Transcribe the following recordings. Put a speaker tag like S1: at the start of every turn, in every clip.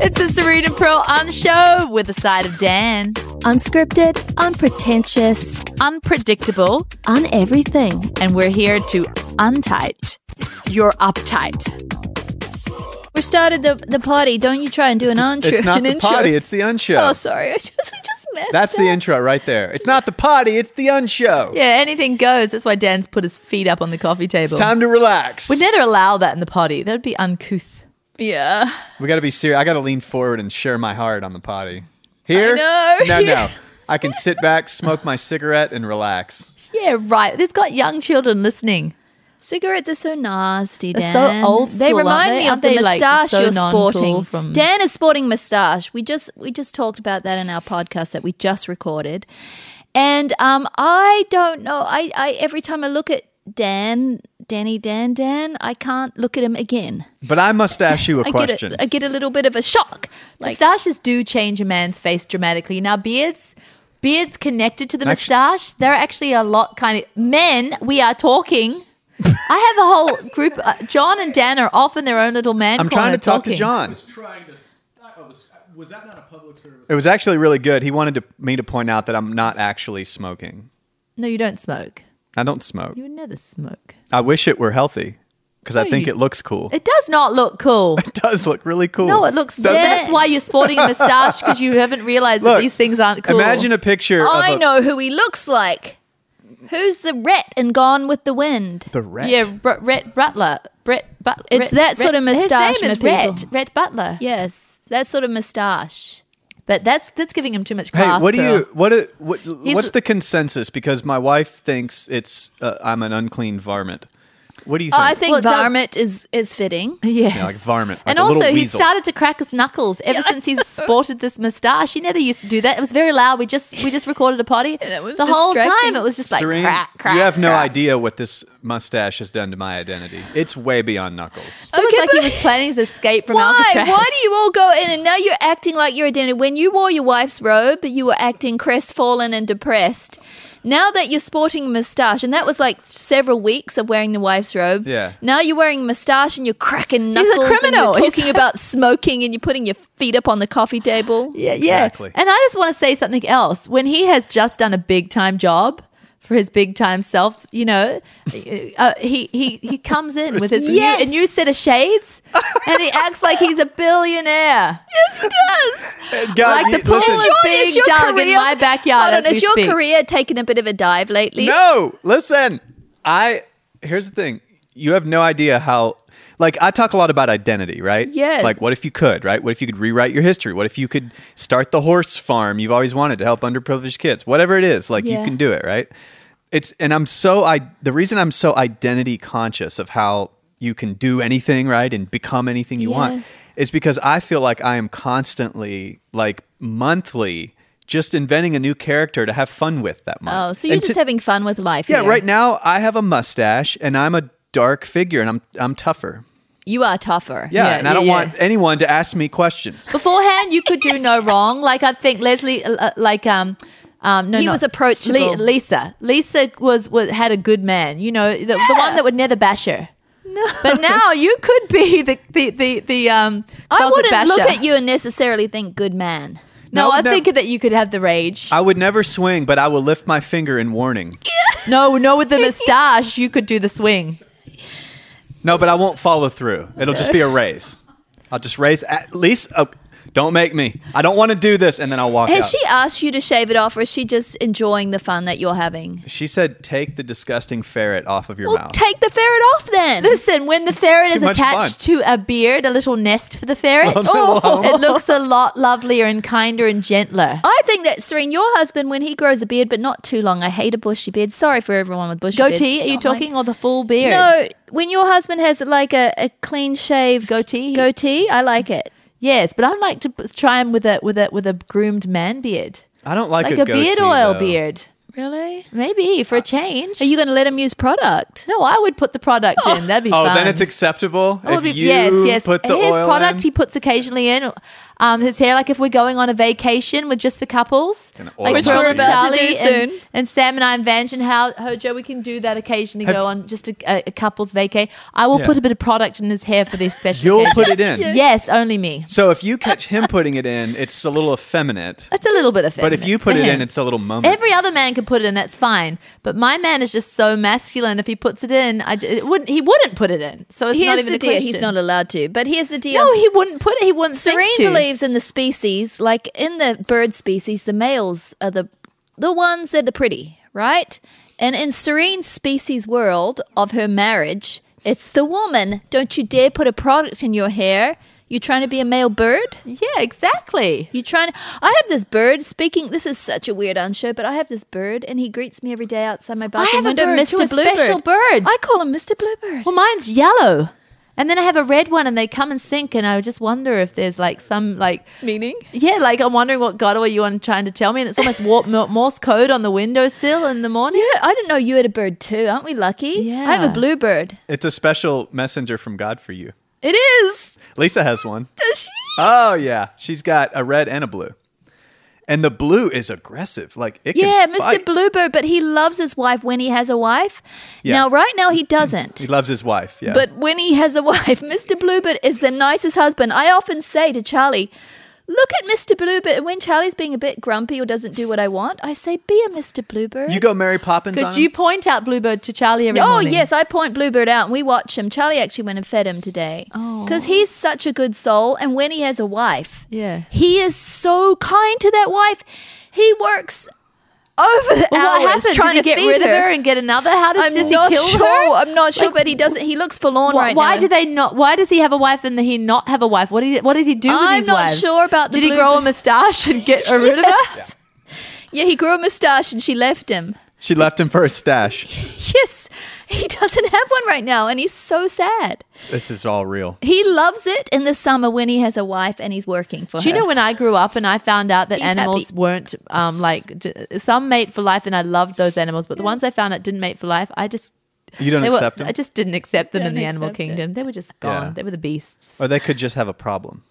S1: It's the Serena Pearl on show with a side of Dan.
S2: Unscripted, unpretentious,
S1: Unpredictable,
S2: on everything.
S1: and we're here to untight your uptight.
S2: We started the, the party. Don't you try and do an intro.
S3: It's not
S2: an
S3: the
S2: intro.
S3: party, it's the unshow.
S2: Oh, sorry. I just, I just messed
S3: That's
S2: up.
S3: the intro right there. It's not the party, it's the unshow.
S1: Yeah, anything goes. That's why Dan's put his feet up on the coffee table.
S3: It's time to relax.
S1: We'd never allow that in the potty. That would be uncouth.
S2: Yeah.
S3: We got to be serious. I got to lean forward and share my heart on the potty. Here?
S1: know.
S3: No,
S1: Yeah.
S3: no. I can sit back, smoke my cigarette, and relax.
S1: Yeah, right. It's got young children listening.
S2: Cigarettes are so nasty,
S1: They're
S2: Dan.
S1: so old
S2: They
S1: school, aren't
S2: remind
S1: they?
S2: me of
S1: Aren't
S2: the
S1: they, like,
S2: moustache
S1: so
S2: you're
S1: non-cool
S2: sporting.
S1: from-
S2: Dan is sporting moustache. We just we just talked about that in our podcast that we just recorded, and um, I don't know. I, I every time I look at Dan, Danny, Dan, Dan, I can't look at him again.
S3: But I must ask you a
S2: I
S3: question.
S2: get a, I get a little bit of a shock. Like
S1: Moustaches do change a man's face dramatically. Now beards, beards connected to the
S3: Actu-
S1: moustache, they're actually a lot kind of men. We are talking. I have a whole group. Uh, John and Dan are off in their own little man.
S3: I'm
S1: corner
S3: trying to talk
S1: talking.
S3: to John.
S4: was trying to. I was, was that not a public service?
S3: It was actually really good. He wanted to, me to point out that I'm not actually smoking.
S1: No, you don't smoke.
S3: I don't smoke.
S1: You would never smoke.
S3: I wish it were healthy because I
S1: No,
S3: think
S1: you-
S3: it looks cool. It
S1: It does not look cool.
S3: does look really cool.
S1: No, it looks.
S3: Does it?
S1: That's why you're sporting a moustache because you haven't realized that
S3: Look,
S1: these things aren't cool.
S3: Imagine a picture
S1: Oh,
S2: I
S3: of a,
S2: know who he looks like. Who's the ret and Gone with the Wind?
S3: the rat.
S1: Yeah, Br- Rhett Butler. Brett Butler.
S2: It's that sort of moustache,
S1: His name is
S2: my people.
S1: Rhett. Rhett Butler.
S2: Yes, that sort of moustache.
S1: But that's that's giving him too much
S3: Hey,
S1: class.
S3: what do
S1: girl.
S3: you what, do- what what's the consensus? Because my wife thinks it's uh, I'm an unclean varmint. What do you
S2: Oh,
S3: think?
S2: I think
S1: Well, it does-
S2: varmint is is fitting.
S1: Yes.
S3: Yeah, like varmint, like
S1: and
S3: a little
S1: also, he
S3: weasel.
S1: started to crack his knuckles ever since he's sported this moustache. He never used to do that. It was very loud. We just we just recorded a party.
S2: that was
S1: the whole
S2: distracting.
S1: time it was just like
S3: Serene,
S1: crack, crack.
S3: you have no
S1: crack.
S3: idea what this mustache has done to my identity. It's way beyond knuckles.
S1: It's almost
S2: Okay,
S1: like he
S2: but-
S1: was planning his escape from
S2: Why?
S1: Alcatraz.
S2: Why do you all go in and now you're acting like you're identity? When you wore your wife's robe, you were acting crestfallen and depressed. Now that you're sporting a moustache, and that was like several weeks of wearing the wife's robe.
S3: Yeah.
S2: Now you're wearing a moustache and you're cracking
S1: He's a
S2: knuckles
S1: criminal.
S2: and
S1: He's-
S2: you're talking about smoking and you're putting your feet up on the coffee table.
S1: Yeah, yeah.
S3: Exactly.
S1: And I just want to say something else. When he has just done a big time job for his big time self, you know, uh, he he he comes in with his new, a new set of shades, and he acts like he's a billionaire.
S2: Yes, he does.
S3: God,
S1: Uh, Like the
S3: you-
S1: pool
S3: listen,
S1: is being dug in my backyard
S2: Hold on,
S1: as we
S2: is your
S1: speak.
S2: career taking a bit of a dive lately?
S3: No, listen. I here's the thing. You have no idea how like I talk a lot about identity, right?
S2: Yes.
S3: Like what if you could, right? What if you could rewrite your history? What if you could start the horse farm you've always wanted to help underprivileged kids? Whatever it is, like
S2: Yeah.
S3: you can do it, right? It's and I'm so I the reason I'm so identity conscious of how you can do anything, right? And become anything you want
S2: Yes.
S3: is because I feel like I am constantly like monthly just inventing a new character to have fun with that month.
S2: Oh, so you're
S3: And
S2: just
S3: to-
S2: having fun with life.
S3: yeah,
S2: here.
S3: right now I have a mustache and I'm a dark figure and I'm I'm tougher.
S2: You are tougher.
S3: Yeah,
S1: Yeah,
S3: and I don't
S1: yeah,
S3: want anyone to ask me questions.
S1: Beforehand, you could do no wrong. Like I think Leslie, uh, like um. Um, no,
S2: He
S1: not-
S2: was approachable.
S1: Le- Lisa, Lisa was, was had a good man. You know, the, the one that would never bash her. No, but now you could be the the the, the um.
S2: I
S1: closet
S2: wouldn't
S1: basher.
S2: look at you and necessarily think good man.
S1: No,
S3: No,
S1: I
S3: no.
S1: think that you could have the rage.
S3: I would never swing, but I will lift my finger in warning.
S1: no, no, with the moustache, you could do the swing.
S3: No, but I won't follow through. It'll just be a raise. I'll just raise at least a Don't make me. I don't want to do this. And then I'll walk
S2: Has
S3: out.
S2: she asked you to shave it off, or is she just enjoying the fun that you're having?
S3: She said, "Take the disgusting ferret off of your
S2: Well,
S3: mouth."
S2: take the ferret off then.
S1: Listen, when the ferret
S3: too
S1: is
S3: much
S1: attached to a beard, a little nest for the ferret,
S3: Oh, no.
S1: it looks a lot lovelier and kinder and gentler.
S2: I think that Serene, your husband, when he grows a beard, but not too long. I hate a bushy beard. Sorry for everyone with bushy beards.
S1: Goatee,
S2: It's
S1: are you
S2: not my-
S1: talking, or the full beard?
S2: No, when your husband has like a, a clean shave
S1: Goatee?
S2: goatee, I like it.
S1: Yes, but I'd like to p- try him with a with a with a groomed man beard,
S3: I don't like,
S1: like,
S3: a,
S1: a, beard
S3: goatee,
S1: oil
S3: though. Uh,
S1: beard,
S2: Really?
S1: maybe for a change.
S2: Are you going to let him use product?
S1: no, I would put the product in. That'd be
S3: Oh,
S1: fun.
S3: then it's acceptable
S1: That
S3: if
S1: would be-
S3: you put the
S1: his
S3: oil
S1: product
S3: in?
S1: he puts occasionally in um, his hair. Like if we're going on a vacation with just the couples,
S3: Gonna oil
S1: like
S3: Which
S1: Pearl
S3: we're
S1: and
S2: about to do
S1: Charlie and,
S2: soon.
S1: and Sam and I and Vange and How Hojo, we can do that occasionally.
S3: Have-
S1: go on just a, a, a couple's vacay. I will
S3: Yeah.
S1: put a bit of product in his hair for their special.
S3: You'll
S1: occasion.
S3: put it in.
S1: Yes, only me.
S3: So if you catch him putting it in, it's a little effeminate.
S1: That's a little bit of
S3: But if you put it in, it's a little moment.
S1: Every other man can put it in. That's fine. But my man is just so masculine. If he puts it in, I j- it wouldn't. He wouldn't put it in. So it's not
S2: Here's
S1: even
S2: the
S1: a
S2: deal.
S1: question.
S2: He's not allowed to. But here's the deal.
S1: No, he wouldn't put it. He wouldn't. think
S2: Serene
S1: to.
S2: believes in the species, like in the bird species, the males are the the ones that are pretty, right? And in Serene's species world of her marriage, it's the woman. Don't you dare put a product in your hair. You trying to be a male bird?
S1: Yeah, exactly.
S2: You trying to I have this bird speaking this is such a weird on show, but I have this bird and he greets me every day outside my
S1: have
S2: bathroom
S1: a
S2: window,
S1: bird
S2: Mr.
S1: too, a
S2: Bluebird.
S1: special bird.
S2: I call him Mr. Bluebird.
S1: Well, mine's yellow. And then I have a red one and they come and sync and I just wonder if there's like some like
S2: Meaning?
S1: Yeah, like I'm wondering what God are you on trying to tell me and it's almost warp, Morse code on the windowsill in the morning.
S2: Yeah, I didn't know you had a bird too. Aren't we lucky?
S1: Yeah.
S2: I have a bluebird.
S3: It's a special messenger from God for you.
S2: It is.
S3: Lisa has one.
S2: Does she?
S3: Oh yeah, she's got a red and a blue, and the blue is aggressive. Like it can
S2: Yeah, Mr.
S3: fight.
S2: Bluebird, but he loves his wife when he has a wife.
S3: Yeah.
S2: Now, right now, he doesn't.
S3: He loves his wife. Yeah,
S2: But when he has a wife, Mr. Bluebird is the nicest husband. I often say to Charlie, Look at Mr. Bluebird. And when Charlie's being a bit grumpy or doesn't do what I want, I say, Be a Mr. Bluebird.
S3: you go Mary Poppins.
S1: Because
S3: On
S1: you
S3: him?
S1: point out Bluebird to Charlie every
S2: Oh,
S1: morning.
S2: yes, I point Bluebird out and we watch him. Charlie actually went and fed him today.
S1: Oh.
S2: Because he's such a good soul. And when he has a wife,
S1: Yeah.
S2: he is so kind to that wife. He works over the
S1: But
S2: hours
S1: what happens?
S2: trying
S1: Did
S2: to
S1: he get
S2: feed
S1: rid
S2: her.
S1: of her and get another? How does,
S2: I'm
S1: does he
S2: not
S1: kill
S2: sure.
S1: her?
S2: I'm not sure, but he doesn't. He looks forlorn
S1: Wh-
S2: right
S1: why
S2: now.
S1: do they not? Why does he have a wife and he not have a wife? What, do you, what does he do with
S2: I'm
S1: his
S2: not
S1: wives?
S2: sure about the
S1: Did he grow a
S2: Bluebird.
S1: moustache and get rid of her?
S2: Yes. Yeah, he grew a mustache and she left him.
S3: she left him for a stash.
S2: Yes, he doesn't have one right now, and he's so sad.
S3: this is all real.
S2: He loves it in the summer when he has a wife and he's working for
S1: Do you
S2: her.
S1: know when I grew up and I found out that
S2: He's
S1: animals
S2: happy.
S1: weren't um, like d- some mate for life, and I loved those animals, but the ones I found out didn't mate for life, I just
S3: You don't
S1: they were,
S3: accept him,
S1: I just didn't accept them in
S2: Don't
S1: the animal
S2: accept it.
S1: kingdom. They were just gone.
S3: Yeah.
S1: They were the beasts.
S3: or they could just have a problem.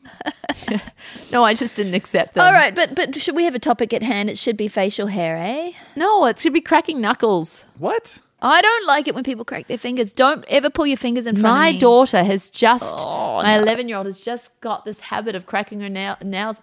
S1: No, I just didn't accept them.
S2: All right, but but should we have a topic at hand? It should be facial hair, eh?
S1: no, it should be cracking knuckles.
S3: What?
S2: I don't like it when people crack their fingers. Don't ever pull your fingers in front
S1: My
S2: of me.
S1: daughter has just
S2: Oh,
S1: my eleven-year-old has just got this habit of cracking her nail, nails.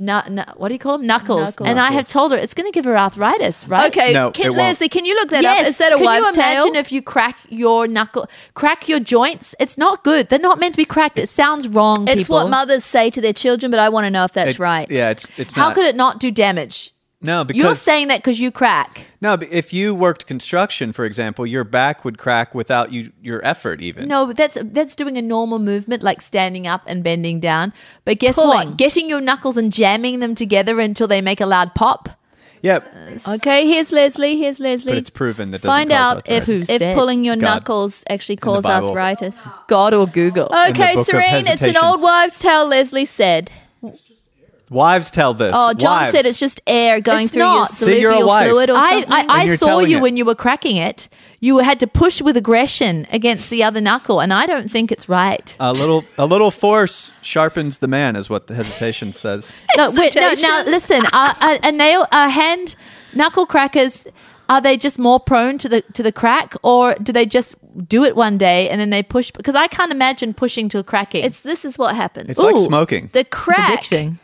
S1: Na- na- what do you call them? Knuckles.
S2: Knuckles.
S1: And I have told her it's going to give her arthritis, right?
S2: Okay,
S3: No, it
S2: can,
S3: won't.
S2: Leslie, can you look that up?
S1: Yes.
S2: Is that a
S1: Can
S2: wives'
S1: you imagine
S2: tale?
S1: if you crack your knuckle, crack your joints? It's not good. They're not meant to be cracked. It sounds wrong.
S2: it's
S1: people.
S2: what mothers say to their children, but I want to know if that's
S3: It-
S2: right.
S3: Yeah, it's it's
S1: How
S3: not.
S1: could it not do damage?
S3: no, because
S1: You're saying that because you crack.
S3: no. but If you worked construction, for example, your back would crack without you your effort even.
S1: No, but that's that's doing a normal movement like standing up and bending down. But guess
S2: Pulling.
S1: what? Getting your knuckles and jamming them together until they make a loud pop.
S3: Yeah,
S2: Okay, here's Leslie. Here's Leslie.
S3: but it's proven that doesn't
S2: Find
S3: cause
S2: out if,
S3: arthritis.
S1: Who
S2: if
S1: said?
S2: pulling your
S3: God.
S2: knuckles actually causes
S3: Bible.
S2: arthritis.
S1: God or Google.
S2: Okay,
S3: Book of
S2: Serene, it's an old
S3: Hesitations.
S2: wives' tale. Leslie said.
S3: wives tell this.
S2: Oh, John
S3: Wives.
S2: said it's just air going
S1: It's
S2: through your
S1: not.
S3: See, you're a
S2: cerebral
S3: wife.
S2: fluid or
S1: I,
S2: something.
S1: I,
S3: And
S1: I
S3: you're
S1: saw
S3: telling
S1: you
S3: it.
S1: when you were cracking it. You had to push with aggression against the other knuckle, and I don't think it's right.
S3: A little, a little force sharpens the man, is what the hesitation says.
S1: no, wait, no, now
S2: Hesitations.
S1: listen. Are, are, are nail, are hand knuckle crackers? Are they just more prone to the to the crack, or do they just do it one day and then they push? Because I can't imagine pushing till cracking.
S2: it's this is what happens.
S3: It's like smoking.
S2: the crack
S1: addicting.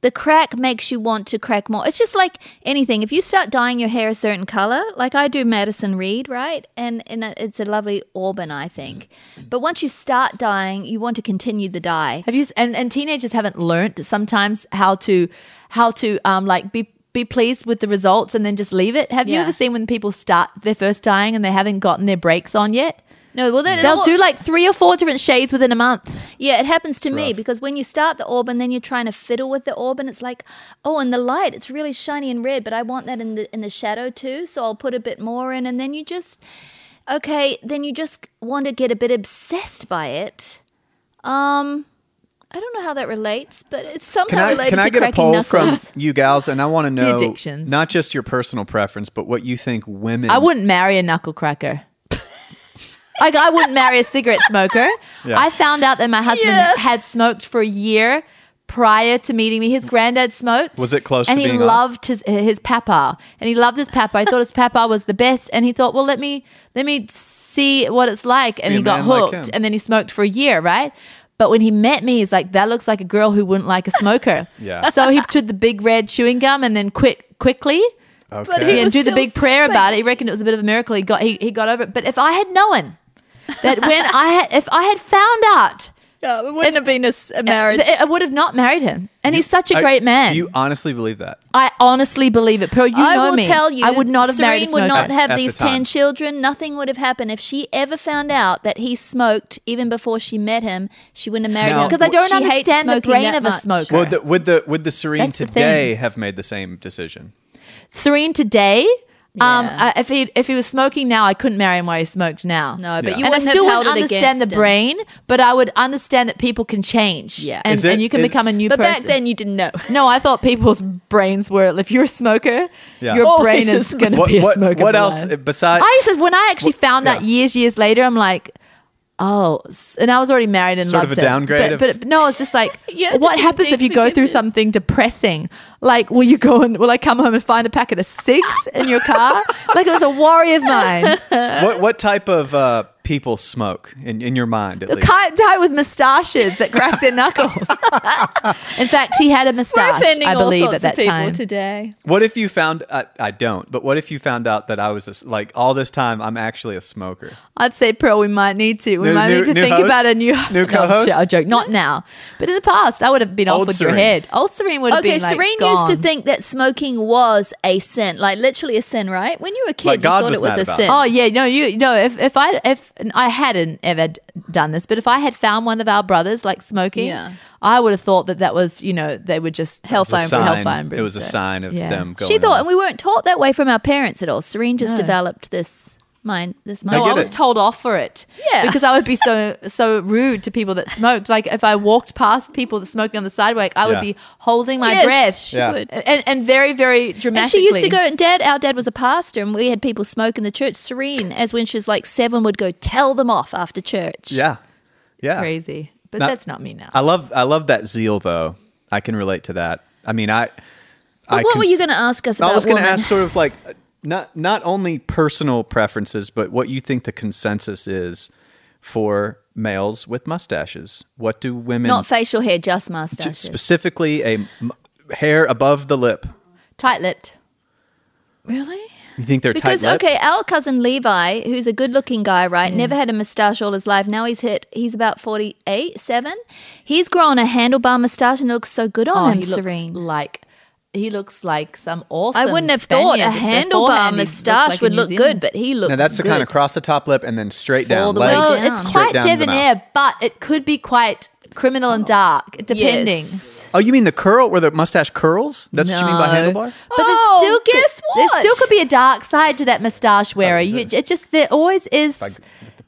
S2: the crack makes you want to crack more. It's just like anything. If you start dyeing your hair a certain color, like I do Madison Reed, right? And, and it's a lovely auburn, I think. But once you start dyeing, you want to continue the dye.
S1: Have you s- and, and teenagers haven't learnt sometimes how to how to um like be be pleased with the results and then just leave it. Have you
S2: Yeah.
S1: ever seen when people start their first dyeing and they haven't gotten their breaks on yet?
S2: No, well, then it
S1: They'll
S2: all-
S1: do like three or four different shades within a month.
S2: Yeah, it happens to me because when you start the orb and then you're trying to fiddle with the orb and it's like, oh, and the light, it's really shiny and red, but I want that in the in the shadow too, so I'll put a bit more in and then you just okay, then you just want to get a bit obsessed by it. Um I don't know how that relates, but it's somehow
S3: Can I
S2: related
S3: can
S2: to
S3: I get a
S2: cracking
S3: poll from
S2: knuckles.
S3: you gals? And I want to know
S1: addictions.
S3: not just your personal preference, but what you think women.
S1: I wouldn't marry a knuckle cracker. like I wouldn't marry a cigarette smoker.
S3: Yeah.
S1: I found out that my husband had smoked for a year prior to meeting me. His granddad smoked.
S3: Was it close
S1: And
S3: to
S1: he
S3: being off?
S1: loved his his papa, and he loved his papa. I thought his papa was the best, and he thought, well, let me let me see what it's like, and
S3: Be a
S1: he got
S3: man like
S1: hooked,
S3: him.
S1: and then he smoked for a year, right? But when he met me, he's like, that looks like a girl who wouldn't like a smoker.
S3: Yeah.
S1: So he took the big red chewing gum and then quit quickly
S3: Okay.
S2: But he
S1: and
S2: was
S1: do the
S2: still-
S1: big prayer
S2: but-
S1: about it. He reckoned it was a bit of a miracle. He got he, he got over it. But if I had known that when I had if I had found out,
S2: Yeah, it wouldn't have been a, s- a marriage.
S1: that I would have not married him. And he's such a
S3: I-
S1: great man.
S3: Do you honestly believe that?
S1: I honestly believe it, Pearl. You
S2: I
S1: know
S2: will
S1: me.
S2: tell you,
S1: I would not have married a
S2: Serene would
S1: smoker.
S2: not have
S3: At the
S2: these
S3: time.
S2: ten children. Nothing would have happened if she ever found out that he smoked even before she met him. She wouldn't have married
S3: Now-
S2: him
S1: because I don't
S2: She hates
S1: understand the
S2: smoking
S1: brain
S2: that
S1: of a
S2: much.
S1: smoker.
S3: Would the, would the would the Serene
S1: That's the thing.
S3: today have made the same decision?
S1: Serene today. Um,
S2: Yeah.
S1: I- if he if he was smoking now, I couldn't marry him while he smoked now.
S2: No, but you
S3: Yeah.
S1: and I
S2: wouldn't
S1: still
S2: have held
S1: wouldn't
S2: it
S1: understand the
S2: against him.
S1: brain, but I would understand that people can change.
S2: Yeah.
S1: and,
S3: Is it-
S1: and you can
S3: is-
S1: become a new
S2: But
S1: person.
S2: back then you didn't know.
S1: No, I thought people's brains were. If you're a smoker,
S3: Yeah.
S1: your
S3: Always
S1: brain
S2: a
S1: is going to
S3: What
S1: be a
S3: what,
S1: smoker.
S3: what
S1: for
S3: else
S1: life.
S3: besides?
S1: Oh, I used to, when I actually found that
S3: yeah.
S1: years, years later, I'm like, oh, s- and I was already married and
S3: Sort of
S1: loved
S3: a
S1: it.
S3: downgrade
S1: But,
S3: of-
S1: but no, it's just like,
S2: You had to
S1: what
S2: do
S1: happens if
S2: deep
S1: you go through
S2: forgiveness.
S1: something depressing? Like, will you go and will I come home and find a packet of cigs in your car? like it was a worry of mine.
S3: what what type of uh, people smoke in, in your mind at
S1: The
S3: least?
S1: kite guy with moustaches that cracked their knuckles. In fact, he had a
S2: We're
S1: moustache.
S2: offending
S1: I believe
S2: all sorts
S1: at that
S2: of people
S1: time.
S2: today.
S3: What if you found I, I don't, but what if you found out that I was a s like all this time I'm actually a smoker?
S1: I'd say, Pearl, we might need to. We
S3: New-
S1: might
S3: new-
S1: need to
S3: new
S1: think
S3: host?
S1: about a new,
S3: New
S1: No,
S3: co-host?
S1: j- a joke. Not now, but in the past, I would have been
S3: Old
S1: offered your
S3: Serene.
S1: head. Old Serene would have
S2: Okay,
S1: been like,
S2: Serene
S1: gone.
S2: used to think that smoking was a sin, like literally a sin, right? When you were a kid,
S3: Like
S2: you
S3: God
S2: thought
S3: was
S2: it was
S3: mad
S2: a
S3: about
S2: sin.
S3: it.
S1: Oh yeah, no, you no. If if I if and I hadn't ever d- done this, but if I had found one of our brothers like smoking,
S2: Yeah.
S1: I would have thought that that was you know they were just
S2: Hellfire
S3: It was a
S2: and brimstone.
S3: sign-
S1: Hellfire and
S3: It was a
S1: brimstone.
S3: sign of
S1: Yeah.
S3: them going.
S2: she thought,
S3: on.
S2: and we weren't taught that way from our parents at all. Serene just
S1: No.
S2: developed this mind. This mind.
S1: No,
S3: I
S1: I
S3: get
S1: was
S3: it.
S1: told off for it.
S2: Yeah.
S1: Because I would be so so rude to people that smoked. Like if I walked past people that smoked on the sidewalk, I would
S3: Yeah.
S1: be holding my
S2: Yes,
S1: breath.
S2: she
S3: Yeah.
S2: would.
S1: and and very very
S2: And
S1: dramatically.
S2: she used to go, and dad, our dad was a pastor, and we had people smoke in the church. Serene, as when she was like seven, would go tell them off after church.
S3: yeah, yeah,
S1: crazy, but
S3: Not-
S1: that's not me now.
S3: I love I love that zeal though. I can relate to that. I mean, I.
S2: But
S3: I
S2: what
S3: conf-
S2: were you going to ask us about?
S3: I was going to
S2: women?
S3: ask sort of like uh, not not only personal preferences, but what you think the consensus is for males with mustaches. What do women
S2: Not facial hair, just
S3: j-
S2: mustaches.
S3: specifically a m- hair above the lip?
S1: Tight lipped.
S2: really?
S3: You think they're
S2: Because
S3: tight-lipped?
S2: okay, our cousin Levi, who's a good-looking guy, right?
S3: Mm.
S2: Never had a mustache all his life. Now he's hit. He's about forty-eight, seven. He's grown a handlebar mustache, and it looks so good on
S1: Oh,
S2: him,
S1: he
S2: Serene.
S1: looks like he looks like some awesome.
S2: I wouldn't have thought
S1: Spaniard
S2: a
S1: with their forehand.
S2: handlebar
S1: He looks
S2: mustache
S1: like a
S2: would
S1: New
S2: look good,
S1: Zealand-
S2: but he looks.
S3: Now that's the
S2: good.
S3: kind of cross the top lip and then straight down.
S2: the way
S3: legs,
S1: Well,
S2: down.
S1: it's
S3: straight
S1: quite
S3: down to the mouth.
S1: debonair, but it could be quite criminal and dark, depending.
S2: Yes.
S3: Oh, you mean the curl where the mustache curls? That's what you mean by
S2: No.
S3: handlebar?
S1: But there's
S2: Oh,
S1: still could-
S2: guess
S1: There
S2: what?
S1: still could be a dark side to that moustache wearer.
S3: is
S1: You-
S3: it?
S1: it just there always is.
S3: I get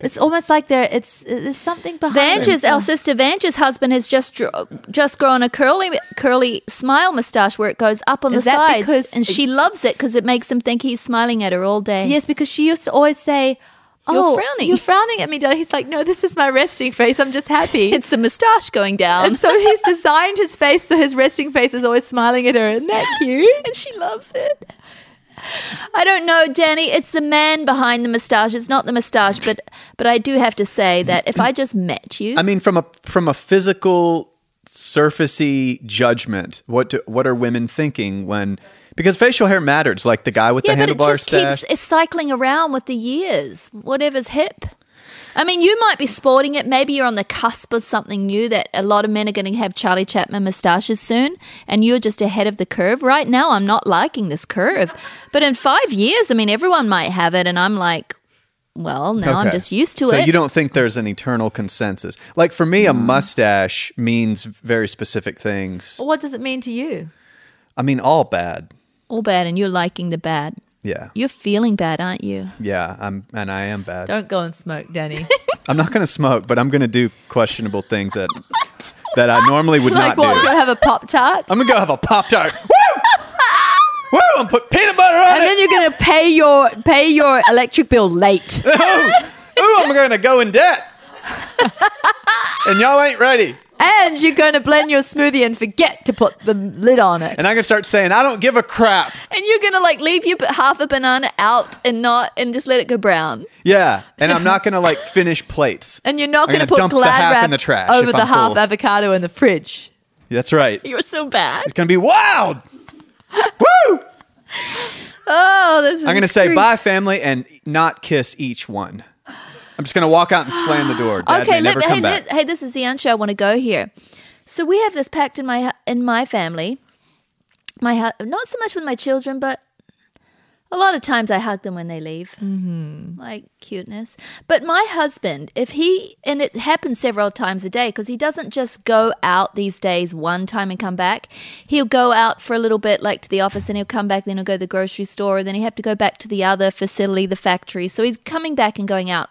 S1: It's almost like there. It's there's something behind.
S2: Vange's,
S1: it.
S2: our sister Vange's husband has just dr- just grown a curly curly smile mustache where it goes up on
S1: Is
S2: the
S1: that
S2: sides,
S1: because-
S2: and she loves it because it makes him think he's smiling at her all day.
S1: Yes, because she used to always say,
S2: You're
S1: "Oh,
S2: frowning."
S1: You're frowning at me, Dad. He's like, "No, this is my resting face. I'm just happy."
S2: it's the mustache going down.
S1: and so he's designed his face so his resting face is always smiling at her. Isn't that cute?
S2: and she loves it. I don't know, Danny. It's the man behind the mustache. It's not the mustache, but but I do have to say that if I just met you,
S3: I mean, from a from a physical surfacey judgment. What do, what are women thinking when? Because facial hair matters. Like the guy with
S2: Yeah,
S3: the
S2: but it
S3: handlebar
S2: just
S3: stash.
S2: keeps it's cycling around with the years, whatever's hip. I mean, you might be sporting it. Maybe you're on the cusp of something new that a lot of men are going to have Charlie Chapman moustaches soon, and you're just ahead of the curve. Right now, I'm not liking this curve. But in five years, I mean, everyone might have it, and I'm like, well, now I'm
S3: Okay.
S2: just used to
S3: so
S2: it. Mm.
S3: you don't think there's an eternal consensus? Like for me, a mustache means very specific things.
S1: What does it mean to you?
S3: I mean, all bad.
S2: All bad, and you're liking the bad.
S3: Yeah,
S2: You're feeling bad, aren't you?
S3: yeah. I'm and I am bad.
S1: Don't go and smoke, Danny.
S3: I'm not going to smoke, but I'm going to do questionable things that that I normally would
S1: like
S3: not
S1: what?
S3: do.
S1: Go have a pop tart,
S3: I'm going to go have a pop tart. Woo! Woo! I'm put peanut butter on
S1: and
S3: it.
S1: then you're gonna pay your pay your electric bill late.
S3: Ooh, I'm going to go in debt. and y'all ain't ready.
S1: And you're going to blend your smoothie and forget to put the lid on it.
S3: And I can start saying, I don't give a crap.
S2: And you're going to like leave your b- half a banana out and not, and just let it go brown.
S3: Yeah. And I'm not going to like finish plates.
S1: And you're not
S3: I'm
S1: going to
S3: gonna
S1: put
S3: dump the
S1: glad
S3: half
S1: wrap
S3: in the trash
S1: over
S3: if
S1: the
S3: I'm
S1: half
S3: cool.
S1: avocado in the fridge.
S3: That's right.
S2: You're so bad.
S3: It's going to be wild. Woo!
S2: Oh, this is
S3: I'm going to say
S2: crazy.
S3: bye, family, and not kiss each one. I'm just going to walk out and slam the door. Dad may
S2: okay,
S3: never
S2: look,
S3: come
S2: hey,
S3: back.
S2: look, hey, this is the answer. I want to go here. So we have this pact in my in my family. My hu- not so much with my children, but a lot of times I hug them when they leave, mm-hmm. like cuteness. But my husband, if he and it happens several times a day because he doesn't just go out these days one time and come back. He'll go out for a little bit, like to the office, and he'll come back. Then he'll go to the grocery store, and then he have to go back to the other facility, the factory. So he's coming back and going out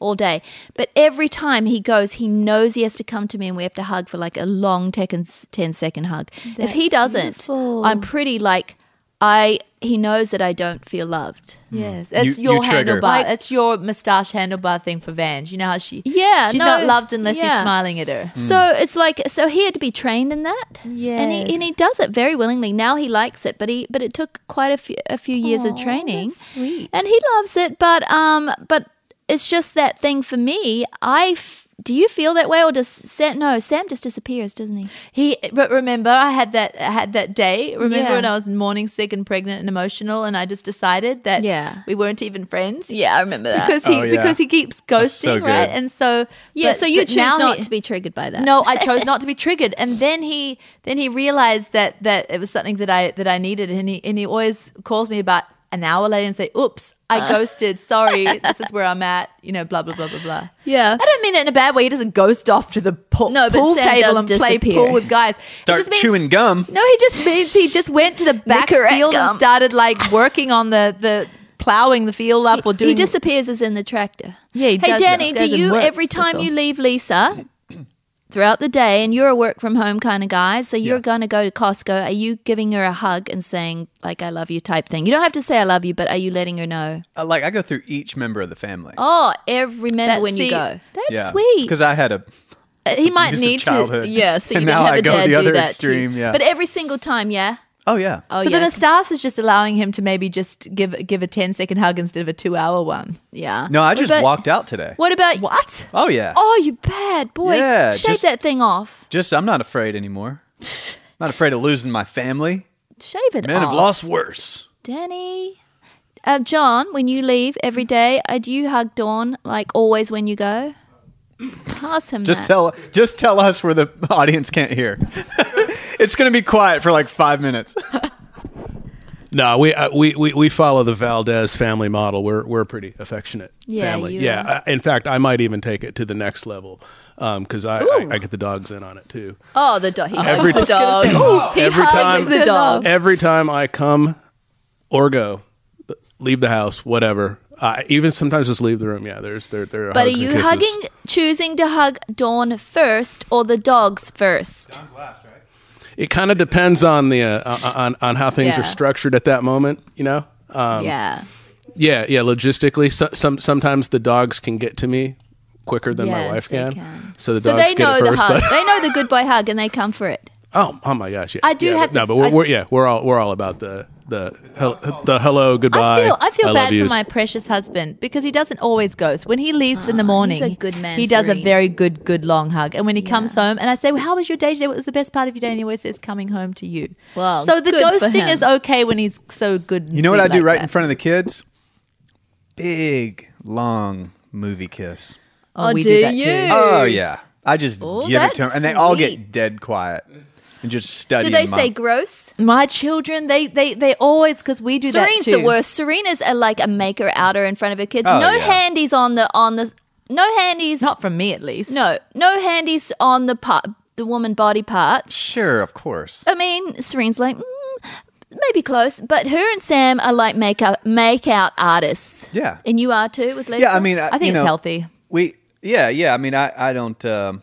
S2: all day. But every time he goes, he knows he has to come to me and we have to hug for like a long 10, 10 second hug. if he doesn't, I'm pretty like, I he knows that I don't feel loved.
S1: Yes,
S3: You-
S1: it's
S3: you
S1: your
S3: trigger.
S1: handlebar.
S2: Like-
S1: it's your moustache handlebar thing for Vans. You know how she?
S2: Yeah,
S1: she's
S2: no,
S1: not loved unless
S2: yeah.
S1: he's smiling at her.
S2: So it's like so he had to be trained in that. And
S1: Yes.
S2: he and he does it very willingly. Now he likes it, but he but it took quite a few a few years of training.
S1: sweet.
S2: And he loves it, but um but it's just that thing for me. I f- do you feel that way or does Sam no, Sam just disappears, doesn't he?
S1: He, but remember, I had that I had that day. Remember
S2: Yeah.
S1: when I was morning sick and pregnant and emotional, and I just decided that
S2: Yeah.
S1: we weren't even friends.
S2: Yeah, I remember that.
S1: because he
S3: Oh, yeah.
S1: because he keeps ghosting,
S3: That's so good.
S1: right? And so
S2: Yeah,
S1: but-
S2: so you
S1: but
S2: choose
S1: now
S2: not
S1: he-
S2: to be triggered by that.
S1: No, I chose not to be triggered, and then he then he realized that that it was something that I that I needed, and he and he always calls me about an hour later and say, "Oops,
S2: Uh.
S1: I ghosted. Sorry, this is where I'm at." You know, blah blah blah blah blah.
S2: Yeah.
S1: I don't mean it in a bad way. He doesn't ghost off to the pool,
S2: No, but
S1: pool
S2: Sam
S1: table
S2: does
S1: and play
S2: disappear.
S1: pool with guys. It
S3: Start
S1: just means-
S3: chewing gum.
S1: No, he just means he just went to the back
S2: Nicorette
S1: field
S2: gum.
S1: and started like working on the the plowing the field up or doing
S2: he disappears as in the tractor.
S1: Yeah, he
S2: hey
S1: does
S2: Danny,
S1: that.
S2: do
S1: Goes and
S2: you
S1: works,
S2: every
S1: that's
S2: time
S1: all.
S2: you leave Lisa throughout the day, and you're a work from home kind of guy, so you're
S3: Yeah.
S2: going to go to Costco? Are you giving her a hug and saying like "I love you" type thing? You don't have to say "I love you," but are you letting her know?
S3: Uh, Like, I go through each member of the family.
S2: Oh, every member
S1: That's
S2: when you
S1: sweet.
S2: go. Uh, That's
S3: yeah.
S2: sweet.
S3: Because I had a
S1: he might
S3: abusive
S1: need to
S3: childhood.
S2: yeah, so you
S3: and
S2: didn't
S3: now
S2: have
S3: I
S2: a
S3: go
S2: dad
S3: the
S2: do
S3: other
S2: that
S3: extreme.
S2: to you.
S3: Yeah.
S2: But every single time, yeah.
S3: oh yeah.
S2: Oh,
S1: so
S2: yeah.
S1: the moustache is just allowing him to maybe just give give a 10 second hug instead of a two hour one.
S2: yeah.
S3: No, I
S2: What
S3: just
S2: about-
S3: walked out today.
S2: What about
S1: What?
S3: Oh yeah.
S2: Oh, you bad boy!
S3: Yeah,
S2: Shave
S3: just-
S2: that thing off.
S3: Just I'm not afraid anymore. not afraid of losing my family.
S2: Shave it
S3: Men
S2: off.
S3: have lost worse.
S2: Danny. Uh, John, when you leave every day, uh, do you hug Dawn like always when you go? Pass him
S3: Just
S2: that.
S3: tell just tell us where the audience can't hear. it's going to be quiet for like 5 minutes.
S5: No, we, uh, we we we follow the Valdez family model. We're we're a pretty affectionate
S2: Yeah,
S5: family.
S2: you
S5: yeah. I- in fact, I might even take it to the next level because I, I I get the dogs in on it too.
S2: Oh, the dog. He hugs
S5: Every
S2: the
S5: ti-
S2: dog.
S5: every
S2: Oh, hugs
S5: time
S2: the dog.
S5: every time I come or go, leave the house, whatever. I even sometimes just leave the room. Yeah, there's there there.
S2: But are
S5: hugs and
S2: you
S5: kisses.
S2: hugging, choosing to hug Dawn first or the dogs first?
S5: It kind of depends on the uh, uh, on on how things
S2: Yeah.
S5: are structured at that moment. You know. Um,
S2: yeah.
S5: Yeah, yeah. Logistically, so, some sometimes the dogs can get to me quicker than
S2: Yes,
S5: my wife
S2: they
S5: can.
S2: can.
S5: So the
S2: So
S5: dogs
S2: they know
S5: get it
S2: the
S5: first.
S2: hug.
S5: but-
S2: they know the good boy hug and they come for it.
S5: oh, oh my gosh! Yeah,
S1: I do
S5: yeah,
S1: have to-
S5: but- No, but we're,
S1: I-
S5: we're yeah, we're all we're all about the the hel- the hello goodbye.
S1: I feel I feel
S5: love
S1: bad for
S5: yous.
S1: my precious husband because he doesn't always ghost. When he leaves in the morning,
S2: Oh, he's a good man,
S1: He does a
S2: Serene.
S1: very good good long hug. And when he comes home, and I say, "Well, how was your day today? What was the best part of your day?" And he always says, "Coming home to you."
S2: Well,
S1: so the
S2: good for
S1: ghosting
S2: him.
S1: is okay when he's so good. and
S3: You know what I
S1: sweet
S3: do
S1: like
S3: right
S1: that.
S3: in front of the kids? Big, long movie kiss.
S1: Oh,
S2: Oh,
S1: we
S2: do
S1: do that
S2: you?
S1: too.
S3: Oh yeah, I just
S2: Oh,
S3: give it to them,
S2: that's
S3: and they all
S2: sweet.
S3: get dead quiet and just study.
S2: Do they
S3: them
S2: say
S3: up.
S2: gross?
S1: My children, they they they always because we do that
S2: Serene's
S1: too.
S2: the worst. Serena's a, like a maker outer in front of her kids.
S3: Oh,
S2: no
S3: yeah.
S2: handies on the on the no handies.
S1: Not from me, at least.
S3: Uh,
S2: no no handies on the part the woman body parts.
S3: Sure, of course.
S2: I mean, Serene's like mm, maybe close, but her and Sam are like make out make out artists.
S3: Yeah.
S2: and you are too with Lisa.
S3: Yeah, I mean, I,
S1: I think
S3: you
S1: it's
S3: know,
S1: healthy.
S3: We, yeah, yeah. I mean, I, I don't. Um,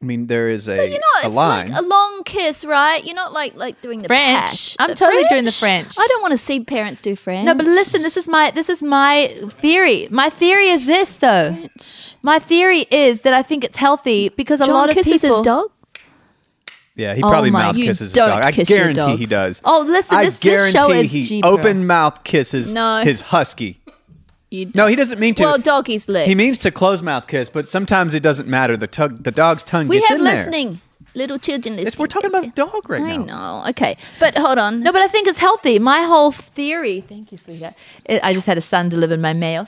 S3: I mean, there is a,
S2: You know,
S3: a
S2: it's
S3: line.
S2: like a long kiss, right? You're not like like doing the
S1: French.
S2: pash.
S1: I'm
S2: The
S1: totally doing the French.
S2: I don't want to see parents do French.
S1: No, but listen, this is my this is my theory. My theory is this though. My theory is that I think it's healthy because a
S2: John
S1: lot of
S2: kisses
S1: people.
S2: his dog.
S3: yeah, he probably
S1: my-
S3: mouth
S2: Oh you
S3: kisses his
S2: don't
S3: dog. I
S2: kiss your
S3: guarantee he
S2: dogs.
S3: does.
S1: Oh, listen,
S3: I
S1: this, this show
S3: guarantee
S1: is
S3: he
S1: cheaper.
S3: open mouth kisses
S2: No.
S3: his husky.
S2: You
S3: No, he doesn't mean to.
S2: Well, doggies lick.
S3: He means to close mouth kiss, but sometimes it doesn't matter. The tug, the dog's tongue
S2: we
S3: gets
S2: have
S3: in there.
S2: listening, little children listening.
S3: It's- we're talking about a dog right
S2: I
S3: now.
S2: know. Okay, but hold on.
S1: No, but I think it's healthy. My whole theory. Thank you, sweetheart. I I just had a son deliver my mail.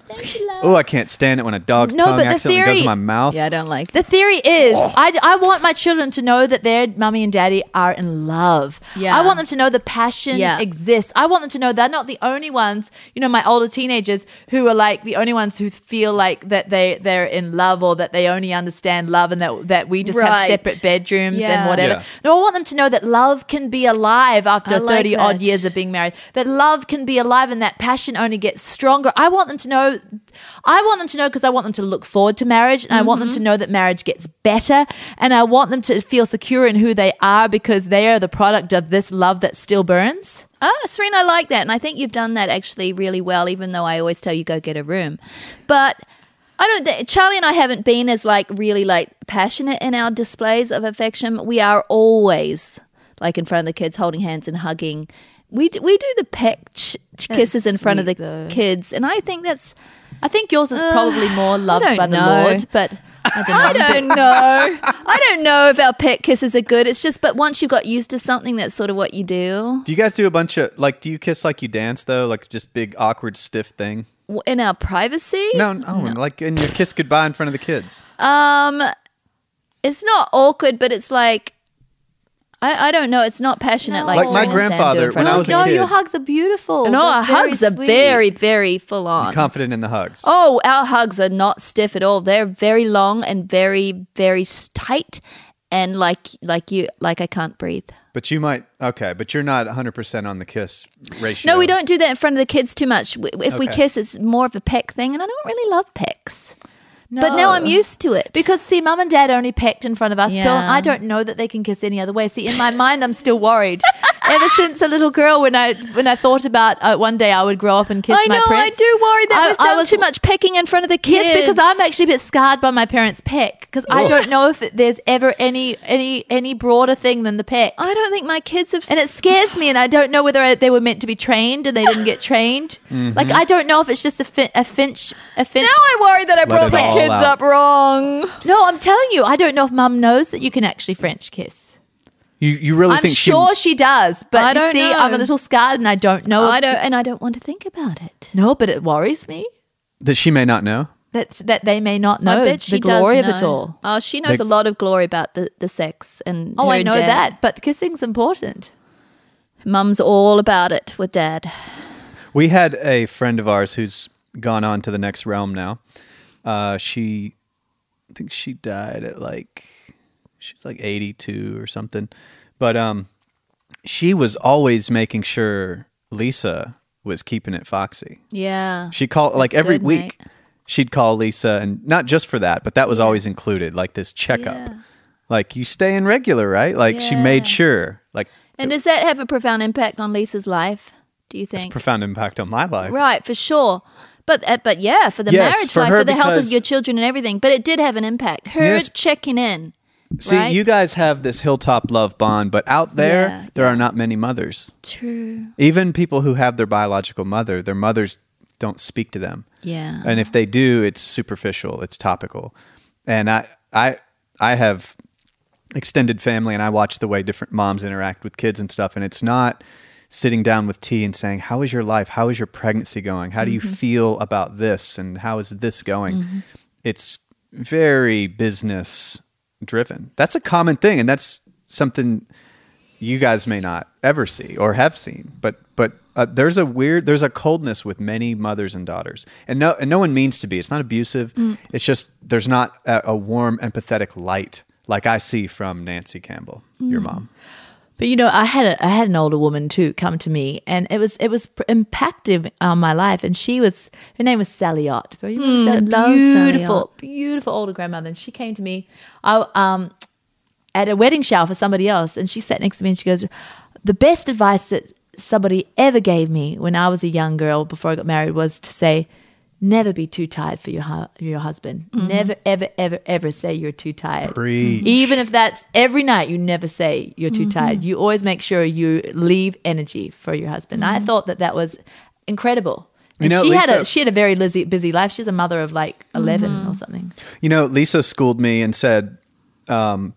S3: Oh, I can't stand it when a dog's
S1: No,
S3: tongue
S1: but the
S3: accidentally goes
S1: theory-
S3: in my mouth.
S2: yeah, I don't like.
S1: The theory is, I, I want my children to know that their mummy and daddy are in love.
S2: Yeah.
S1: I want them to know the passion
S2: Yeah.
S1: exists. I want them to know they're not the only ones, you know, my older teenagers who are like the only ones who feel like that they, they're in love or that they only understand love and that, that we just have
S2: Right.
S1: separate bedrooms
S2: Yeah.
S1: and whatever.
S3: Yeah.
S1: No, I want them to know that love can be alive
S2: I
S1: after
S2: like
S1: 30 odd
S2: that.
S1: years of being married, that love can be alive and that passion only gets stronger. I want them to know, I want them to know because I want them to look forward to marriage and I want them to know that marriage gets better and I want them to feel secure in who they are because they are the product of this love that still burns.
S2: Ah, Serena, I like that, and I think you've done that actually really well. Even though I always tell you go get a room, but I don't. Th- Charlie and I haven't been as like really like passionate in our displays of affection. We are always like in front of the kids, holding hands and hugging. We d- we do the peck ch- ch- kisses in front of the
S1: sweet, though.
S2: kids, and I think that's
S1: I think yours is probably more
S2: don't
S1: loved by the
S2: know.
S1: Lord, but I don't know.
S2: I don't know. I don't know if our pet kisses are good. It's just, but once you got used to something, that's sort of what you do.
S3: Do you guys do a bunch of like? Do you kiss like you dance though? Like just big awkward stiff thing?
S2: W- In our privacy,
S3: No, no, like and you kiss goodbye in front of the kids.
S2: um, it's not awkward, but it's like, I, I don't know. It's not passionate like
S3: Like my
S2: Serena Sandu in
S3: grandfather,
S2: front
S3: when
S2: of
S3: I
S2: the
S3: was a
S1: no,
S2: kids.
S3: kid.
S1: your hugs are beautiful.
S2: No,
S1: They're
S2: our
S1: very
S2: hugs are
S1: sweet.
S2: very, very full on.
S3: Confident in the hugs.
S2: Uh-uh. Oh, our hugs are not stiff at all. They're very long and very, very s- tight, and like, like you, like I can't breathe.
S3: But you might okay, but you're not 100 percent on the kiss ratio.
S2: No, we don't do that in front of the kids too much. W- If we
S3: Okay.
S2: kiss, it's more of a peck thing, and I don't really love pecks. But now I'm used to it.
S1: Because see, mum and dad only pecked in front of us, Bill, and
S2: Yeah.
S1: I don't know that they can kiss any other way. See, in my mind, I'm still worried. Ever since a little girl, when I when I thought about uh, one day I would grow up and kiss
S2: I
S1: my
S2: know I
S1: parents.
S2: do worry that
S1: I-
S2: we've
S1: I
S2: done
S1: was-
S2: too much pecking in front of the kids.
S1: Yes, because I'm actually a bit scarred by my parents' peck because I
S3: Ugh.
S1: don't know if it, there's ever any any any broader thing than the peck,
S2: I don't think my kids have.
S1: and it scares me. And I don't know whether I, they were meant to be trained and they didn't get trained. Like I don't know if it's just a, fin- a finch a finch
S2: now I worry that I brought
S3: it
S2: my
S3: all
S2: kids
S3: out.
S2: up wrong.
S1: No, I'm telling you, I don't know if mum knows that you can actually French kiss.
S3: You you really
S1: I'm
S3: think
S1: sure she does, but
S2: I
S1: you
S2: don't
S1: see,
S2: know.
S1: I'm a little scarred and I don't know.
S2: Oh, I
S1: if-
S2: don't, and I don't want to think about it.
S1: No, but it worries me
S3: she, that she may not know?
S1: that that they may not know
S2: I bet she
S1: the glory
S2: does
S1: of it
S2: know.
S1: all.
S2: Oh, she knows
S3: They-
S2: a lot of glory about the, the sex and.
S1: Oh,
S2: her
S1: I
S2: and
S1: know
S2: Dad.
S1: that, but kissing's important.
S2: Mum's all about it with Dad.
S3: We had a friend of ours who's gone on to the next realm now. Uh, she, I think she died at like, she's like 82 or something. But um, she was always making sure Lisa was keeping it foxy.
S2: Yeah.
S3: She called like
S2: That's
S3: every
S2: good,
S3: week. She'd call Lisa, and not just for that, but that was always included, like this checkup.
S2: Yeah.
S3: Like you stay in regular, right? Like she made sure. Like
S2: And does that have a profound impact on Lisa's life? Do you think?
S3: profound impact on my life.
S2: Right, for sure. But uh, but yeah, for the
S3: Yes,
S2: marriage
S3: for
S2: life,
S3: her
S2: for the health of
S3: because-
S2: your children and everything. But it did have an impact. Her
S3: Yes.
S2: checking in
S3: See,
S2: right?
S3: you guys have this hilltop love bond, but out there,
S2: Yeah,
S3: there are not many mothers.
S2: True.
S3: Even people who have their biological mother, their mothers don't speak to them.
S2: Yeah.
S3: and if they do it's superficial it's topical and i i i have extended family and i watch the way different moms interact with kids and stuff and it's not sitting down with tea and saying how is your life how is your pregnancy going how do
S2: Mm-hmm.
S3: you feel about this and how is this going it's very business driven that's a common thing and that's something you guys may not ever see or have seen, but but uh, there's a weird, there's a coldness with many mothers and daughters, and no and no one means to be. It's not abusive. It's just there's not a, a warm, empathetic light like I see from Nancy Campbell, your mom.
S1: But you know, I had a, I had an older woman too come to me, and it was it was pr- impactive on my life. And she was her name was Sally Ott, very
S2: love Sally
S1: Hmm, beautiful, beautiful older grandmother. And she came to me, I um, at a wedding shower for somebody else, and she sat next to me and she goes, "The best advice that somebody ever gave me when I was a young girl before I got married was to say." Never be too tired for your hu- your husband. Never, ever, ever, ever say you're too tired. Mm-hmm.
S3: Preach.
S1: Even if that's every night, you never say you're too tired. You always make sure you leave energy for your husband. I thought that that was incredible. And
S3: know,
S1: she had
S3: Lisa-
S1: a she had a very busy, busy life. She's a mother of like 11 or something.
S3: You know, Lisa schooled me and said, um,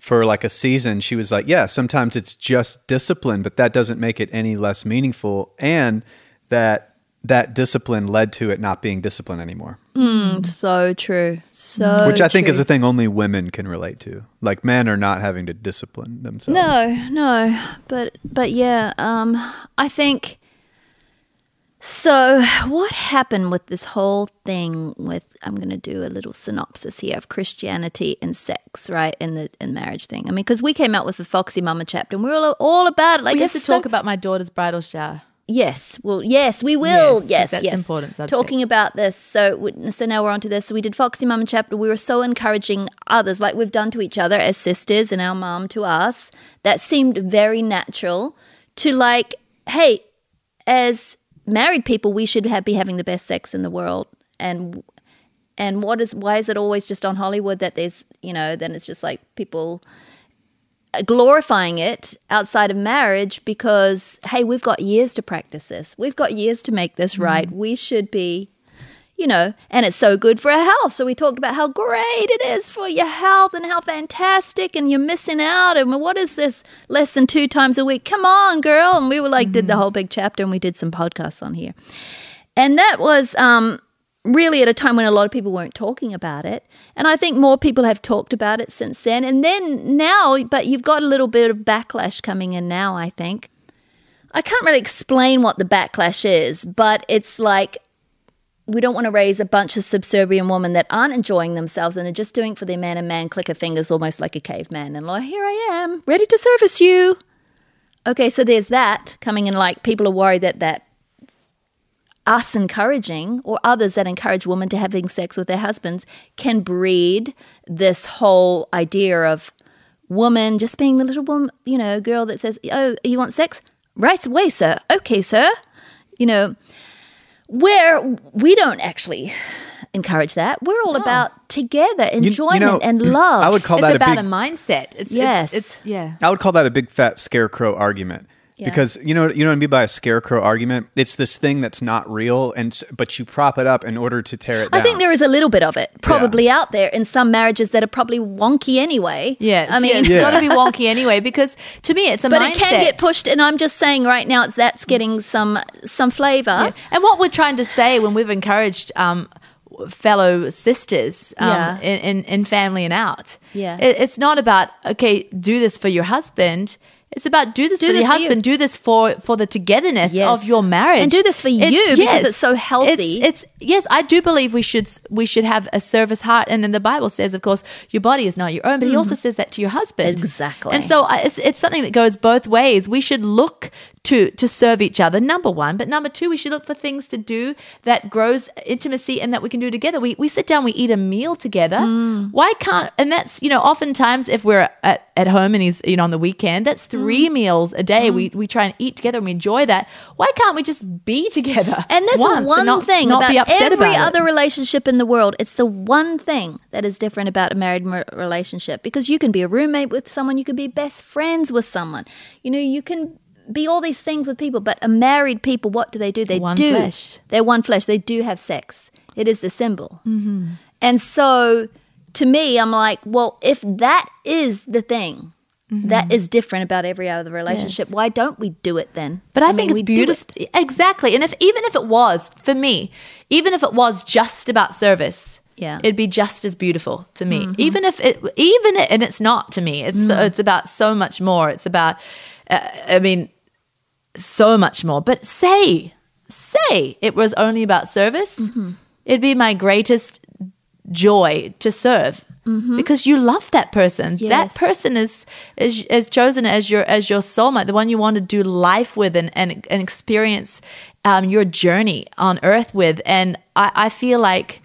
S3: for like a season, she was like, yeah, sometimes it's just discipline, but that doesn't make it any less meaningful, and that that discipline led to it not being discipline anymore.
S2: Mm, So true. So
S3: which I think
S2: Oh,
S3: is
S2: true.
S3: a thing only women can relate to. Like men are not having to discipline themselves.
S2: No, no, but but yeah, um, I think. So, what happened with this whole thing? With I'm going to do a little synopsis here of Christianity and sex, right, and the and marriage thing. I mean, because we came out with the Foxy Mama chapter, and we were all, all about it. Like,
S1: We have
S2: this
S1: to
S2: is so-
S1: talk about my daughter's bridal shower.
S2: Yes. Well, yes, we will.
S1: Yes, 'cause
S2: Yes, yes.
S1: that's important subject.
S2: Talking about this, so we- so now we're onto this. So we did Foxy Mum chapter. We were so encouraging others, like we've done to each other as sisters, and our mom to us. That seemed very natural to like, hey, as married people, we should have, be having the best sex in the world, and and what is why is it always just on Hollywood that there's you know then it's just like people glorifying it outside of marriage because hey we've got years to practice this we've got years to make this right we should be you know and it's so good for our health so we talked about how great it is for your health and how fantastic and you're missing out and what is this less than two times a week come on girl and we were like did the whole big chapter and we did some podcasts on here and that was um, really at a time when a lot of people weren't talking about it. And I think more people have talked about it since then. And then now, but you've got a little bit of backlash coming in now, I think. I can't really explain what the backlash is, but it's like we don't want to raise a bunch of subservient women that aren't enjoying themselves and are just doing it for their man and man clicker fingers almost like a caveman. And like, here I am, ready to service you. Okay, so there's that coming in. Like, people are worried that that us encouraging or others that encourage women to having sex with their husbands can breed this whole idea of woman just being the little woman, you know, girl that says, "Oh, you want sex? Right away, sir. Okay, sir." You know, where we don't actually encourage that. We're all about together enjoyment
S3: know,
S2: and love.
S3: I would call
S1: it's
S3: that a
S1: about
S3: big.
S1: a mindset. It's,
S2: Yes.
S1: yes. It's, it's, yeah.
S3: I would call that a big fat scarecrow argument
S2: Yeah.
S3: because you know you know what I mean by a scarecrow argument. It's this thing that's not real, and s- but you prop it up in order to tear it down.
S2: I think there is a little bit of it probably out there in some marriages that are probably wonky anyway.
S1: Yeah.
S2: I mean,
S1: it's got to be wonky anyway because to me it's a
S2: but
S1: mindset.
S2: it can get pushed and i'm just saying right now it's that's getting some some flavor
S1: Yeah. And what we're trying to say when we've encouraged um, fellow sisters um,
S2: Yeah.
S1: in, in, in family and out,
S2: Yeah.
S1: it, it's not about okay, do this for your husband. It's about do this
S2: Do
S1: for
S2: this
S1: your
S2: for
S1: husband.
S2: you.
S1: do this for for the togetherness
S2: Yes.
S1: of your marriage,
S2: And do this for you because it's so
S1: It's-
S2: healthy.
S1: It's, yes, I do believe we should we should have a service heart, and then the Bible says, of course, your body is not your own, but He also says that to your husband, uh,
S2: Exactly.
S1: And so I- it's it's something that goes both ways. We should look to to serve each other number one but number two we should look for things to do that grows intimacy and that we can do together we, we sit down we eat a meal together why can't and that's you know oftentimes if we're at, at home and he's you know on the weekend that's three meals a day we, we try and eat together and we enjoy that why can't we just be together
S2: And that's
S1: once
S2: the one
S1: not,
S2: thing
S1: not
S2: about
S1: be upset
S2: every
S1: about it?
S2: other relationship in the world. It's the one thing that is different about a married mer- relationship because you can be a roommate with someone, you can be best friends with someone. You know, you can be all these things with people, but a married people, what do they do? They
S1: One
S2: do.
S1: flesh.
S2: They're one flesh. They do have sex. It is the symbol.
S1: Mm-hmm.
S2: And so to me, I'm like, well, if that is the thing
S1: Mm-hmm.
S2: that is different about every other relationship, why don't we do it then?
S1: But I, think
S2: mean,
S1: it's
S2: we do
S1: beautiful.
S2: it.
S1: Exactly. And if even if it was for me, even if it was just about service,
S2: Yeah. Mm-hmm.
S1: it'd be just as beautiful to me. Even if it, even it, and it's not to me. It's
S2: Mm.
S1: it's about so much more. It's about, uh, I mean, so much more. But say say it was only about service,
S2: Mm-hmm.
S1: it'd be my greatest joy to serve because you love that person.
S2: Yes.
S1: That person is, is is chosen as your as your soulmate, the one you want to do life with and and, and experience um, your journey on earth with. And I, I feel like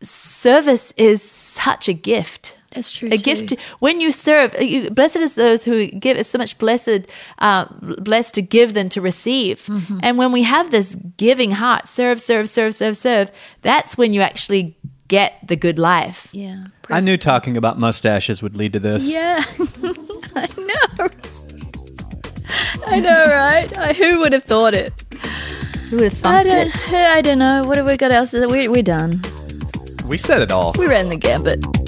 S1: service is such a gift.
S2: That's true
S1: A
S2: too.
S1: gift to, when you serve. uh, You, blessed is those who give. It's so much blessed, uh, blessed to give than to receive.
S2: Mm-hmm.
S1: And when we have this giving heart, serve, serve, serve, serve, serve. That's when you actually get the good life.
S2: Yeah.
S3: I knew talking about mustaches would lead to this.
S2: Yeah, I know. I know, right? I, who would have thought it?
S1: Who would have
S2: I
S1: thought it?
S2: don't. I don't know. What have we got else? We, we're done.
S3: We said it all.
S2: We ran the gambit.